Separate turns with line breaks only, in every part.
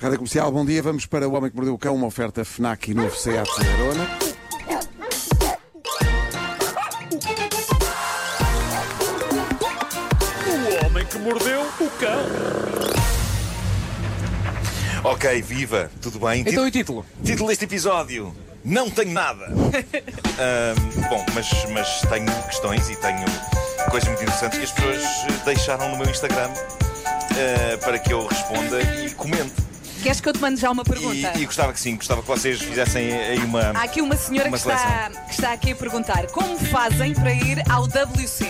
Rádio Comercial, bom dia. Vamos para O Homem que Mordeu o Cão, uma oferta FNAC e novo SEAT Arona.
O homem que mordeu o cão.
Ok, viva, tudo bem.
Então
Ti-
e título?
Título deste episódio: Não tenho nada. Ahm, bom, mas, mas tenho questões e tenho coisas muito interessantes que as pessoas eh, deixaram no meu Instagram eh, para que eu responda e comente.
Queres que eu te mande já uma pergunta?
E, e gostava que sim, gostava que vocês fizessem aí uma.
Há aqui uma senhora
Uma
que, está, que está aqui a perguntar como fazem para ir ao WC?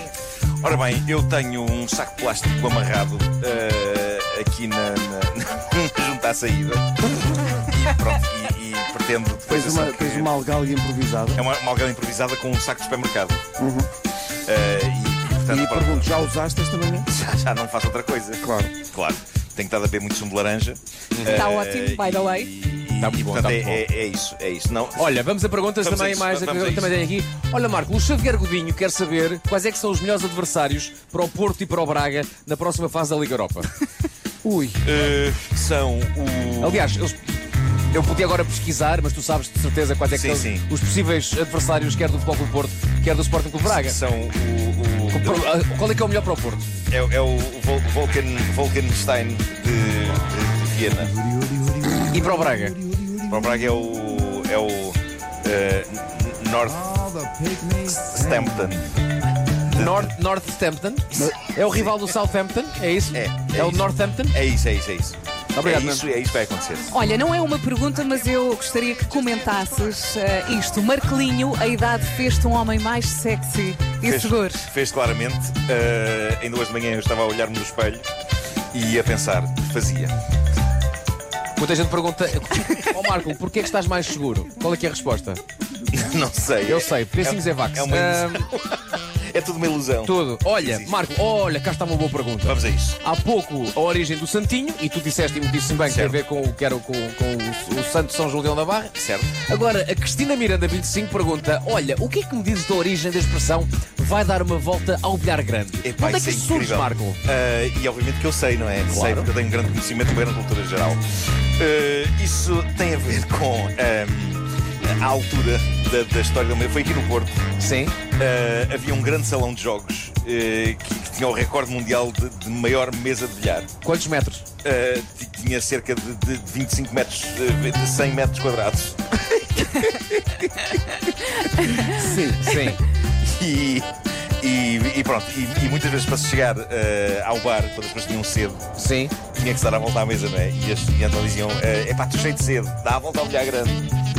Ora bem, eu tenho um saco plástico amarrado eh, aqui na, na- junto à saída. E pronto, e, e pretendo. depois
Tens uma,
assim que-
tens uma algalha improvisada.
É uma, uma algada improvisada com um saco de supermercado. Eh, e, portanto,
Uhum. E
pronto,
pergunto, já usaste esta manhã?
já, já não faço outra coisa.
Claro. Uhum.
Claro. Tenho estado a beber muito sumo de laranja.
Está
Eh,
Tá ótimo, by the way.
E, e,
Tá muito bom,
portanto,
tá
é,
muito
é- é isso, é isso. Não,
Olha, vamos a perguntas
Vamos a
também
isso,
mais.
vamos a
eu
isso.
também tenho aqui. Olha, Marco, o Xavier Godinho quer saber quais é que são os melhores adversários para o Porto e para o Braga na próxima fase da Liga Europa.
Ui,
eh, são o.
Aliás, eles- eu podia agora pesquisar, mas tu sabes de certeza quais é que
Sim,
são
sim.
os possíveis adversários, quer do Futebol Clube Porto, quer do Sporting Clube Braga.
São o. o-
Pro- ah, Qual é que é o melhor para o Porto?
é, é o Vol- Vulcan, Vulcanstein de, de- de Viena.
E para o Braga?
Para o Braga é o. É o. eh, N- North Stampton.
North, Northampton? É o rival do Southampton? É isso?
É, é
é o
isso.
Northampton?
É isso, é isso, é isso.
Obrigado,
é isso, é isso que vai acontecer.
Olha, não é uma pergunta, mas eu gostaria que comentasses eh, isto. Marcelinho, a idade fez-te um homem mais sexy e seguro.
Fez claramente. eh, ainda hoje de manhã eu estava a olhar-me no espelho e a pensar, fazia.
Muita gente pergunta, ó Marco, porquê é que estás mais seguro? Qual é que é a resposta?
Não sei.
Eu sei, pêssegos é, vacas.
É, uma
Ahm,
ilusão. é tudo uma ilusão.
tudo. Olha,
Existe.
Marco, olha, cá está uma boa pergunta.
Vamos a isso.
Há pouco a origem do Santinho, e tu disseste e me disse bem que tem a
Certo.
ver com, o- que era com, com o, o Santo São Julião da Barra.
Certo.
Agora, a Cristina Miranda 25 pergunta: Olha, o que é que me dizes da origem da expressão vai dar uma volta ao bilhar grande?
Epá,
Onde é
isso
que surge,
incrível.
Marco?
Ah, e obviamente que eu sei, não é? Sei, porque eu tenho um grande conhecimento bem na cultura geral. Ah, isso tem a ver com ahm, a altura da, da história do meu. Foi aqui no Porto.
Sim.
Ah, havia um grande salão de jogos ah, que, que tinha o recorde mundial de, de maior mesa de bilhar.
Quantos metros?
Uh, t- tinha cerca de, de 25 metros, uh, de 100 metros quadrados.
Sim. Sim.
E, e- e pronto, e, e muitas vezes para se chegar uh, ao bar, quando as pessoas tinham cedo,
Sim.
tinha que estar à volta à mesa, não é? E, as, e então diziam: é pá, estou cheio de cedo, dá a volta ao bilhar grande.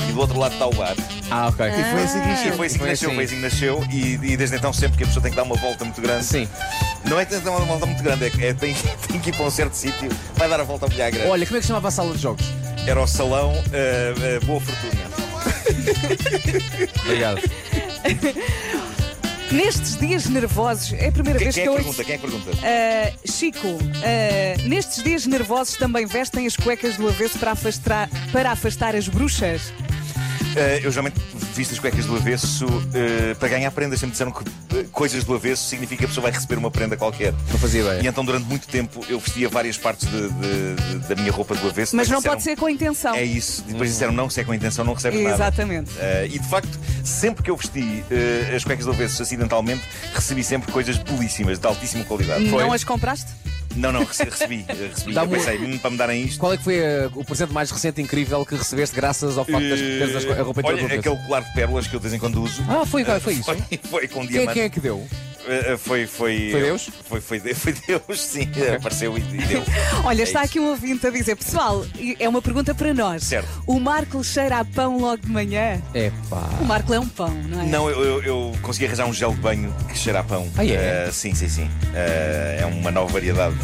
E do outro lado está o bar.
Ah, ok.
e foi assim que
E
encheu.
foi assim que
Foi
nasceu,
assim.
foi assim que nasceu. E, e desde então, sempre que a pessoa tem que dar uma volta muito grande.
Sim.
Não é que tem que dar uma volta muito grande, é que é, tem, tem que ir para um certo sítio, vai dar a volta ao bilhar grande.
Olha, como é que se chamava a sala de jogos?
Era o salão uh, uh, Boa Fortuna.
Obrigado.
Nestes dias nervosos, é a primeira
Quem,
vez
quem é
que
que
eu
pergunta? Quem é que pergunta?
Ah, Chico, ah, nestes dias nervosos também vestem as cuecas do avesso para afastar, para afastar as bruxas?
Eh, eu geralmente visto as cuecas do avesso eh, para ganhar prendas. Sempre disseram que eh, coisas do avesso significa que a pessoa vai receber uma prenda qualquer.
Não fazia
E
ideia.
então, durante muito tempo, eu vestia várias partes de- de- de- da minha roupa do avesso.
Mas
Depois
não
disseram,
pode ser com intenção.
É isso. E Depois disseram não, se é com intenção, não recebes nada.
Exatamente.
Eh, e de facto, sempre que eu vesti eh, as cuecas do avesso acidentalmente, recebi sempre coisas belíssimas, de altíssima qualidade.
Não as compraste?
é-
Não, não, rece- recebi. eh, recebi. Eu
Dá-me um-
pensei, hum, para me darem isto.
Qual é que foi eh, o presente mais recente e incrível que recebeste graças ao facto de teres as- a roupa
Eh,
toda do
Olha,
avesso?
aquele colar de pérolas que eu de vez em quando uso.
Ah, foi, foi isso.
Foi, foi com
Quem é,
diamante.
quem é que deu?
Uh, uh, Foi, foi,
Foi Deus?
Foi, foi, de- foi Deus, sim. Apareceu e, e deu.
Olha,
É
está
isso.
aqui um ouvinte a dizer, pessoal, e é uma pergunta para nós.
Certo.
O Marco cheira a pão logo de manhã?
É pá.
O Marco é um pão, não é?
Não, eu, eu, eu consegui arranjar um gel de banho que cheira a pão.
Ah, é?
Uh, sim, sim, sim. Uh, é uma nova variedade.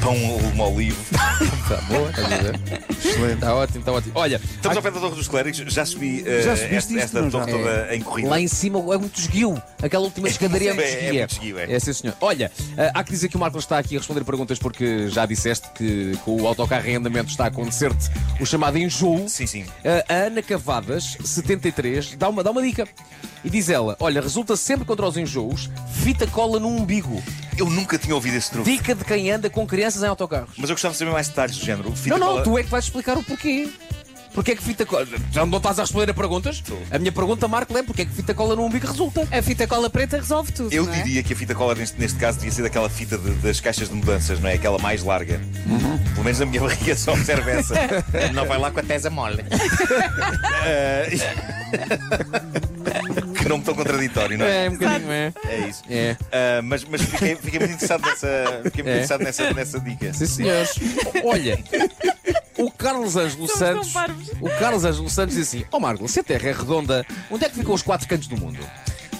Pão uma olive.
Está boa, estás a ver? Excelente. Está Tá ótimo, está ótimo. Olha,
Estamos ao pé da Torre dos Clérigos. Já subi uh,
Já subiste
esta,
isto,
esta
não,
torre
já?
toda em corrida.
é? lá em cima é muito esguio. Aquela última escadaria é muito
É, é
esguia.
muito esguio, é.
É, sim, senhor. Olha, ah, há que dizer que o Marcos está aqui a responder perguntas porque já disseste que com o autocarro em andamento está a acontecer-te o chamado enjoo.
Sim, sim.
Ah, A Ana Cavadas, 73, dá uma, dá uma dica. E diz ela: Olha, resulta sempre contra os enjoos, fita cola no umbigo.
Eu nunca tinha ouvido esse truque.
Dica de quem anda com crianças em autocarros.
Mas eu gostava de saber mais detalhes do género. Fita
Não, não,
cola-
tu é que vais explicar o porquê. Porquê é que fita cola. Já não estás a responder a perguntas? A minha pergunta, Marco, é porquê é que fita cola no umbigo resulta?
A fita cola preta resolve tudo.
Eu
não é?
diria que a fita cola neste, neste caso devia ser daquela fita de- das caixas de mudanças, não é? Aquela mais larga.
Uhum.
Pelo menos a minha barriga só observa essa. não vai lá com a tesa mole. Eh, que nome tão contraditório, não é?
um bocadinho, é.
É isso.
É.
Ah, mas mas fiquei, fiquei muito interessado nessa, fiquei muito
É.
interessado nessa, nessa dica.
Sim, senhores. Olha, o Carlos Ângelo
tão
Santos.
parvos.
O Carlos Ângelo Santos diz assim: Ó Marco, se a Terra é redonda, onde é que ficam os quatro cantos do mundo?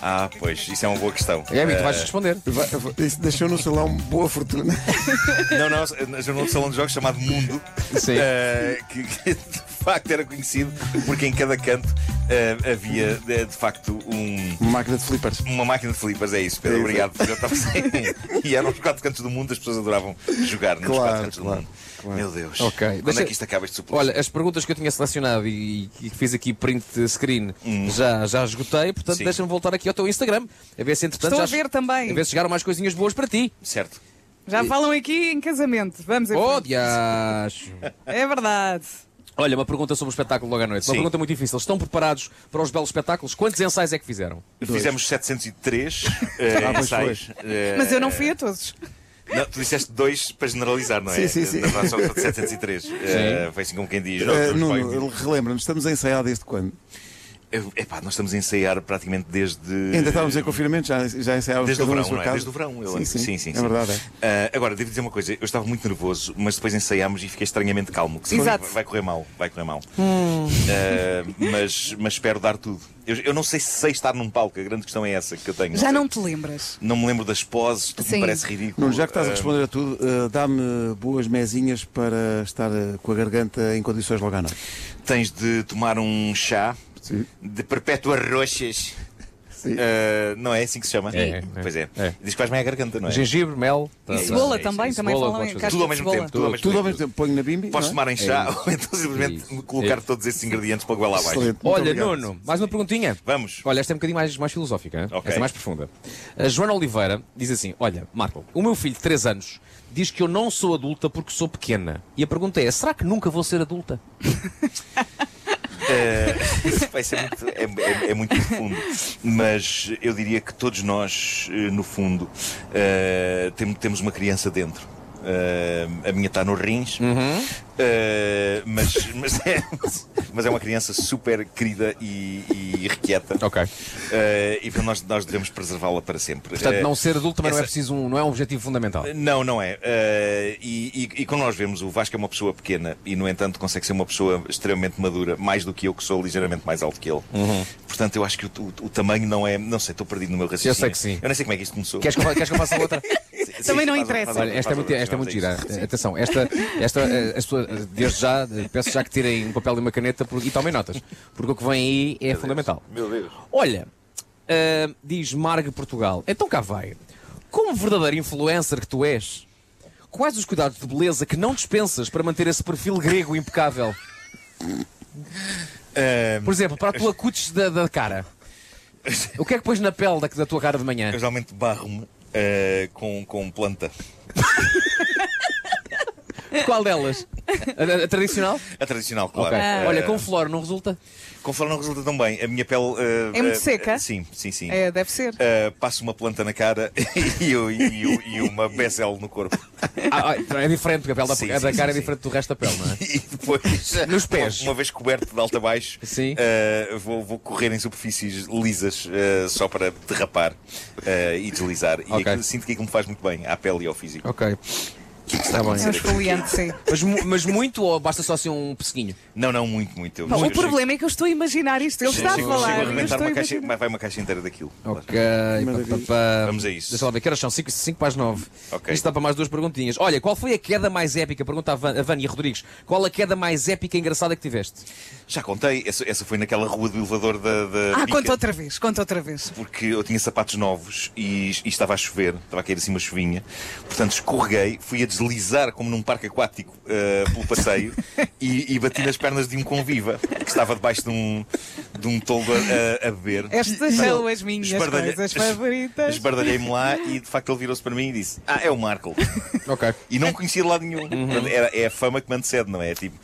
Ah, pois, isso é uma boa questão.
É, amigo, tu vais
Ah,
responder.
Vai- Isso deixou no salão boa fortuna.
Não, não, eu num salão de jogos chamado Mundo,
Sim.
eh, que, que de facto era conhecido porque em cada canto eh, havia eh, de facto um-
Uma máquina de flippers.
Uma máquina de flipas, é isso, Pedro.
É isso.
Obrigado. Eu estava sem- um. E eram os quatro cantos do mundo, as pessoas adoravam jogar nos
Claro,
quatro cantos
claro,
do mundo.
claro.
Meu Deus.
Ok,
Quando
deixa-
é que isto acaba este suplício?
Olha, as perguntas que eu tinha selecionado e, e que fiz aqui print screen já, já esgotei, portanto
Uhum. Sim.
deixa-me voltar aqui ao teu Instagram, a ver se entretanto
Estou a
já-
ver também.
a ver se chegaram mais coisinhas boas para ti.
Certo.
Já falam aqui em casamento. Vamos em
Oh,
frente.
diacho.
É verdade.
Olha, uma pergunta sobre o espetáculo logo à noite. Uma
Sim.
pergunta muito difícil. Estão preparados para os belos espetáculos? Quantos ensaios é que fizeram?
Fizemos 703 eh,
Ah, pois
ensaios. eh,
Mas eu não fui a todos.
Não, tu disseste dois para generalizar, não
Sim,
é?
sim, sim.
Na verdade, só só de 703. Eh, foi assim como quem diz.
Eh,
"Oh, vai,
Nuno, relembra-nos, estamos a ensaiar desde quando?
Eu- Epá, nós estamos a ensaiar praticamente desde.
Ainda estávamos em confinamento, já, já ensaiávamos
Eh, Desde
cada
o
um na
verão,
sua
não é?
casa.
Desde o verão, eu
sim,
lembro.
sim,
sim, sim,
É
sim.
verdade. é.
Ah, agora, devo dizer uma coisa, eu estava muito nervoso, mas depois ensaiámos e fiquei estranhamente calmo. Que se-
Exato. Hum.
Vai, vai correr mal, vai correr mal. Ah, mas, mas espero dar tudo. Eu, eu não sei se sei estar num palco, a grande questão é essa que eu tenho.
Já
sei.
não te lembras.
Não me lembro das poses, tudo
Sim.
me parece ridículo.
Nuno, já que estás a
Ah,
responder a tudo, eh, dá-me boas mezinhas para estar eh, com a garganta em condições logo à noite.
tens de tomar um chá
Sim.
de perpétuas roxas.
Sim.
Ah, não é assim que se chama?
É, é.
Pois é.
É.
Diz que faz bem à garganta, não é?
Gengibre, mel. Tá, é
E
Sim,
cebola
sim,
também,
sim,
também
cebola,
falam em
podes fazer.
casca
Tudo ao
de
mesmo
cebola.
tempo, tudo ao mesmo
Tudo ao
tempo.
mesmo tempo, ponho na bimbi.
Podes
não é?
tomar em chá
isso. É
ou então simplesmente
Isso.
colocar
Isso.
todos esses ingredientes para goela abaixo.
Excelente. Muito
Olha,
obrigado.
Nuno, mais uma perguntinha.
Vamos.
Olha, esta é um bocadinho mais, mais filosófica, hein?
Ok.
esta é mais profunda. A Joana Oliveira diz assim: Olha, Marco, o meu filho de 3 anos diz que eu não sou adulta porque sou pequena. E a pergunta é: será que nunca vou ser adulta?
Eh, Isso vai ser muito, é, é- é muito profundo. Mas eu diria que todos nós, eh, no fundo, eh, tem- temos uma criança dentro. Eh, a minha está nos rins,
Uhum.
Eh, mas, mas, é, mas é uma criança super querida e, e requieta.
Ok.
Eh, e portanto, nós, nós devemos preservá-la para sempre.
Portanto,
Eh,
não ser adulto também não é
essa-
preciso um, não é um objetivo fundamental.
Não, não é. Eh, e, e- e quando nós vemos, o Vasco é uma pessoa pequena e, no entanto, consegue ser uma pessoa extremamente madura, mais do que eu, que sou ligeiramente mais alto que ele.
Uhum.
Portanto, eu acho que o, o- o tamanho não é. Não sei, estou perdido no meu raciocínio.
Eu sei que sim.
Eu nem sei como é que isto começou.
Queres que, eu, fa- queres que eu faça outra?
Sim,
Também não
faz-
interessa.
faz-
Olha, esta é
faz-
muito,
faz-
esta é muito
faz-
gira. Atenção, esta, esta eh, as pessoas, desde já, eh, peço já que tirem um papel e uma caneta porque- e tomem notas, porque o que vem aí é fundamental.
Meu Deus.
Olha, ah, diz Margue Portugal. Então cá vai. Como verdadeiro influencer que tu és, quais os cuidados de beleza que não dispensas para manter esse perfil grego impecável?
Eh,
Por exemplo, para a tua cutis da, da cara. O que é que pões na pele da, da tua cara de manhã?
eu geralmente barro-me eh, com, com planta.
Qual delas? A, a- a tradicional?
A tradicional, claro.
Ok.
Eh,
Olha, com flor não resulta?
Conforme não resulta tão bem, a minha pele. eh,
É muito
eh,
seca?
Sim, sim, sim.
É, deve ser.
Eh, passo uma planta na cara e, eu- e eu- e uma bezel no corpo.
Ah, ah, é diferente, porque a pele da,
Sim,
a da
sim,
cara
sim,
é diferente do resto da pele, não é?
E depois,
Nos pés.
Uma, uma vez coberto de alta a baixo,
Sim.
eh, vou, vou correr em superfícies lisas eh, só para derrapar eh, e deslizar. E
Ok.
aquilo- sinto que aquilo me faz muito bem à pele e ao físico.
Ok. Está
É um
bem.
esfoliante, sim.
Mas, mu- mas muito ou basta só assim um pesquinho?
Não, não, muito, muito. Eu-
Pá,
eu
O
chego-
problema é que eu estou a imaginar isto. Ele está a
chego- chego
falar.
a
Eu
arrebentar
estou a
uma caixa,
imaginar.
mas vai uma caixa inteira daquilo.
Ok.
Claro.
Maravilha.
pá, pá, pá.
Vamos a isso.
Deixa lá ver, que horas são 5, 5 para as 9.
Ok.
Isto dá para mais duas perguntinhas. Olha, qual foi a queda mais épica? Pergunta a, Van, a Vânia Rodrigues. Qual a queda mais épica e engraçada que tiveste?
Já contei, essa, essa foi naquela rua do elevador da. da
Ah,
Pica.
conta outra vez, conta outra vez.
porque eu tinha sapatos novos e, e estava a chover, estava a cair assim uma chuvinha. Portanto, escorreguei, fui a deslizar como num parque aquático eh, pelo passeio e, e bati nas pernas de um conviva que estava debaixo de um, de um toldo a, a beber.
Estas são as minhas coisas favoritas.
Esbardalhei-me lá e de facto ele virou-se para mim e disse: Ah, é o Marco.
Ok.
E não conhecia de lado nenhum. Portanto, era- é a fama que me antecede, não é? É Tipo,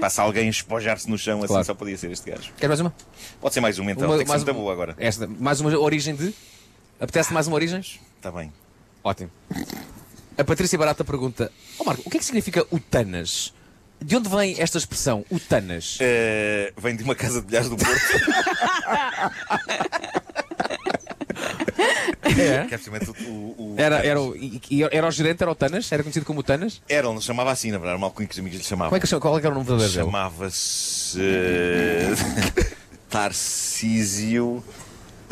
passa alguém a espojar-se no chão, assim
Claro.
só podia ser este gajo.
Quer mais uma?
Pode ser mais uma então, tem que ser muito boa agora.
Esta, mais uma origem de. Apetece mais uma origem?
Está Tá bem.
Ótimo. A Patrícia Barata pergunta: Ó Marco, o que é que significa o Tanas? De onde vem esta expressão, o Tanas?
Eh, vem de uma casa de bilhares do Porto, que absolutamente o, o- o-
É? Era, era, o, e- e- era o gerente, era o Tanas? Era conhecido como o Tanas?
Era, ele não se chamava assim, na verdade, era mal que os amigos lhe chamavam.
Como é que, chama- qual é que era o nome verdadeiro dele?
Chamava-se. eh, Tarcísio.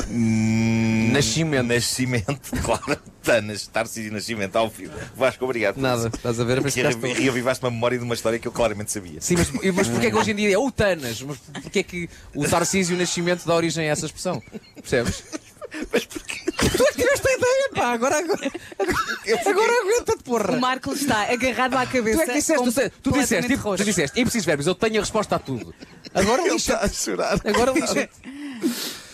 hum,
Nascimento.
Nascimento, claro. Tanas, Tarcísio Nascimento, ao filho. Vasco, obrigado.
Nada, estás a ver?
Que
Parece que
reavi-
estás tu.
reavivaste uma memória de uma história que eu claramente sabia.
Sim, mas, mas porquê que hoje em dia é o Tanas? Mas porquê que o Tarcísio e o Nascimento dá origem a essa expressão? Percebes? Mas porquê? Tu é que tiveste a ideia, pá! Agora, agora, agora aguenta-te, porra!
O Marco está agarrado à cabeça.
Tu é que disseste, tu, disseste- tu disseste,
completamente
tipo, tu
roxo.
disseste, impreciso verbos, eu tenho a resposta a tudo. Agora
Ele
lixa.
está a chorar.
Agora lixa.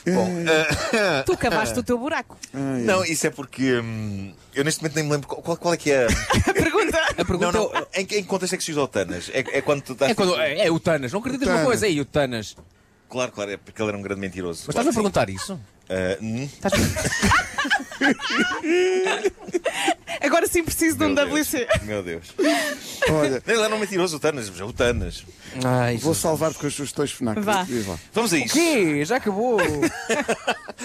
Bom,
eh,
Tu cavaste o teu buraco.
não, isso é porque. hum, eu neste momento nem me lembro qual, qual- qual é que é.
Pergunta.
A pergunta
Não, não, em, que- em que contexto é que se usa o Tanas? É, é quando tu estás.
é, quando, é, é o Tanas, não acreditas numa
Tanas.
coisa? é Aí, o Tanas. Mas
Claro, claro, é porque ele era um grande mentiroso.
estás-me a perguntar isso?
Ah, hum,
Agora sim preciso de um
meu Deus,
WC.
Meu Deus.
Olha,
Ele era um mentiroso, o Tanas. mas é O Tanas.
Ai,
vou salvar-te com as sugestões FNAC.
Vá.
Diz lá.
Vamos a isso.
quê? Já acabou.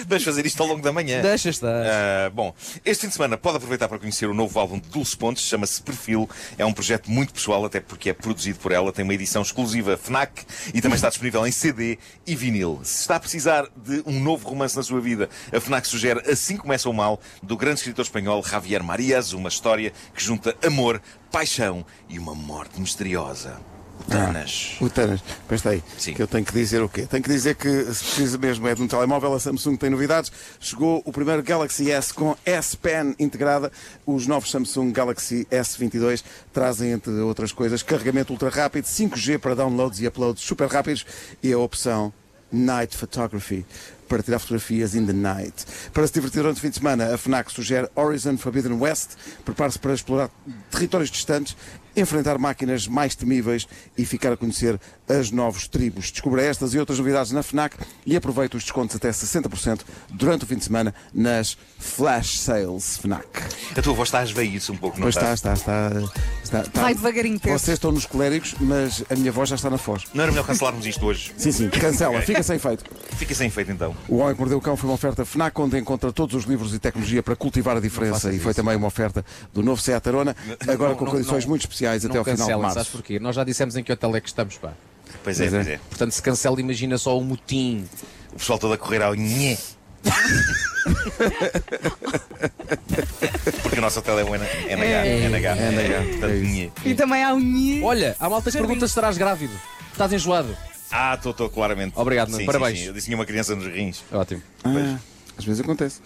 Vamos fazer isto ao longo da manhã.
Deixa estar.
Ah, bom, este fim de semana pode aproveitar para conhecer o novo álbum de Dulce Pontes, chama-se Perfil. É um projeto muito pessoal, até porque é produzido por ela, tem uma edição exclusiva Fnac e também está disponível em CD e vinil. Se está a precisar de um novo romance na sua vida, a Fnac sugere Assim Começa o Mal, do grande escritor espanhol Javier Marias, uma história que junta amor, paixão e uma morte misteriosa. O Tanas.
O Tanas, espera aí,
Sim.
que eu tenho que dizer o quê? Tenho que dizer que se precisa mesmo é de um telemóvel, a Samsung tem novidades. Chegou o primeiro Galaxy S com S Pen integrada. Os novos Samsung Galaxy S22 trazem, entre outras coisas, carregamento ultra rápido, 5G para downloads e uploads super rápidos e a opção Night Photography para tirar fotografias in the night. Para se divertir durante o fim de semana, a FNAC sugere Horizon Forbidden West. Prepare-se para explorar territórios distantes, enfrentar máquinas mais temíveis e ficar a conhecer as novas tribos. Descubra estas e outras novidades na FNAC e aproveite os descontos até 60% durante o fim de semana nas Flash Sales FNAC.
A tua voz está a esvair-se um pouco, não
Pois está, está, está. está, está.
Vai devagarinho, Pedro.
Vocês estão nos coléricos, mas a minha voz já está na foz.
Não era melhor cancelarmos isto hoje?
Sim, sim, cancela,
Ok.
fica sem feito.
Fica sem efeito então.
O Homem que Mordeu o Cão foi uma oferta FNAC, onde encontra todos os livros e tecnologia para cultivar a diferença. E foi também uma oferta do novo Seat Arona, agora
não,
com
não,
condições
não.
muito especiais até
Não
ao final de
cancela, sabes
março.
porquê? Nós já dissemos em que hotel é que estamos, pá.
Pois é,
Pois é.
pois é.
Portanto, se cancela, imagina só o motim.
O pessoal todo a correr ao nhé. Porque o nosso hotel é o NH. NH.
É,
NH. Portanto,
isso.
nhé.
E também há um nhe.
Olha, a malta que pergunta se estarás grávido. Estás enjoado.
Ah, estou, estou, claramente.
Obrigado, Nuno.
Sim, sim,
Parabéns.
sim. Eu disse que tinha uma criança nos rins.
Ótimo.
Ah, às vezes acontece.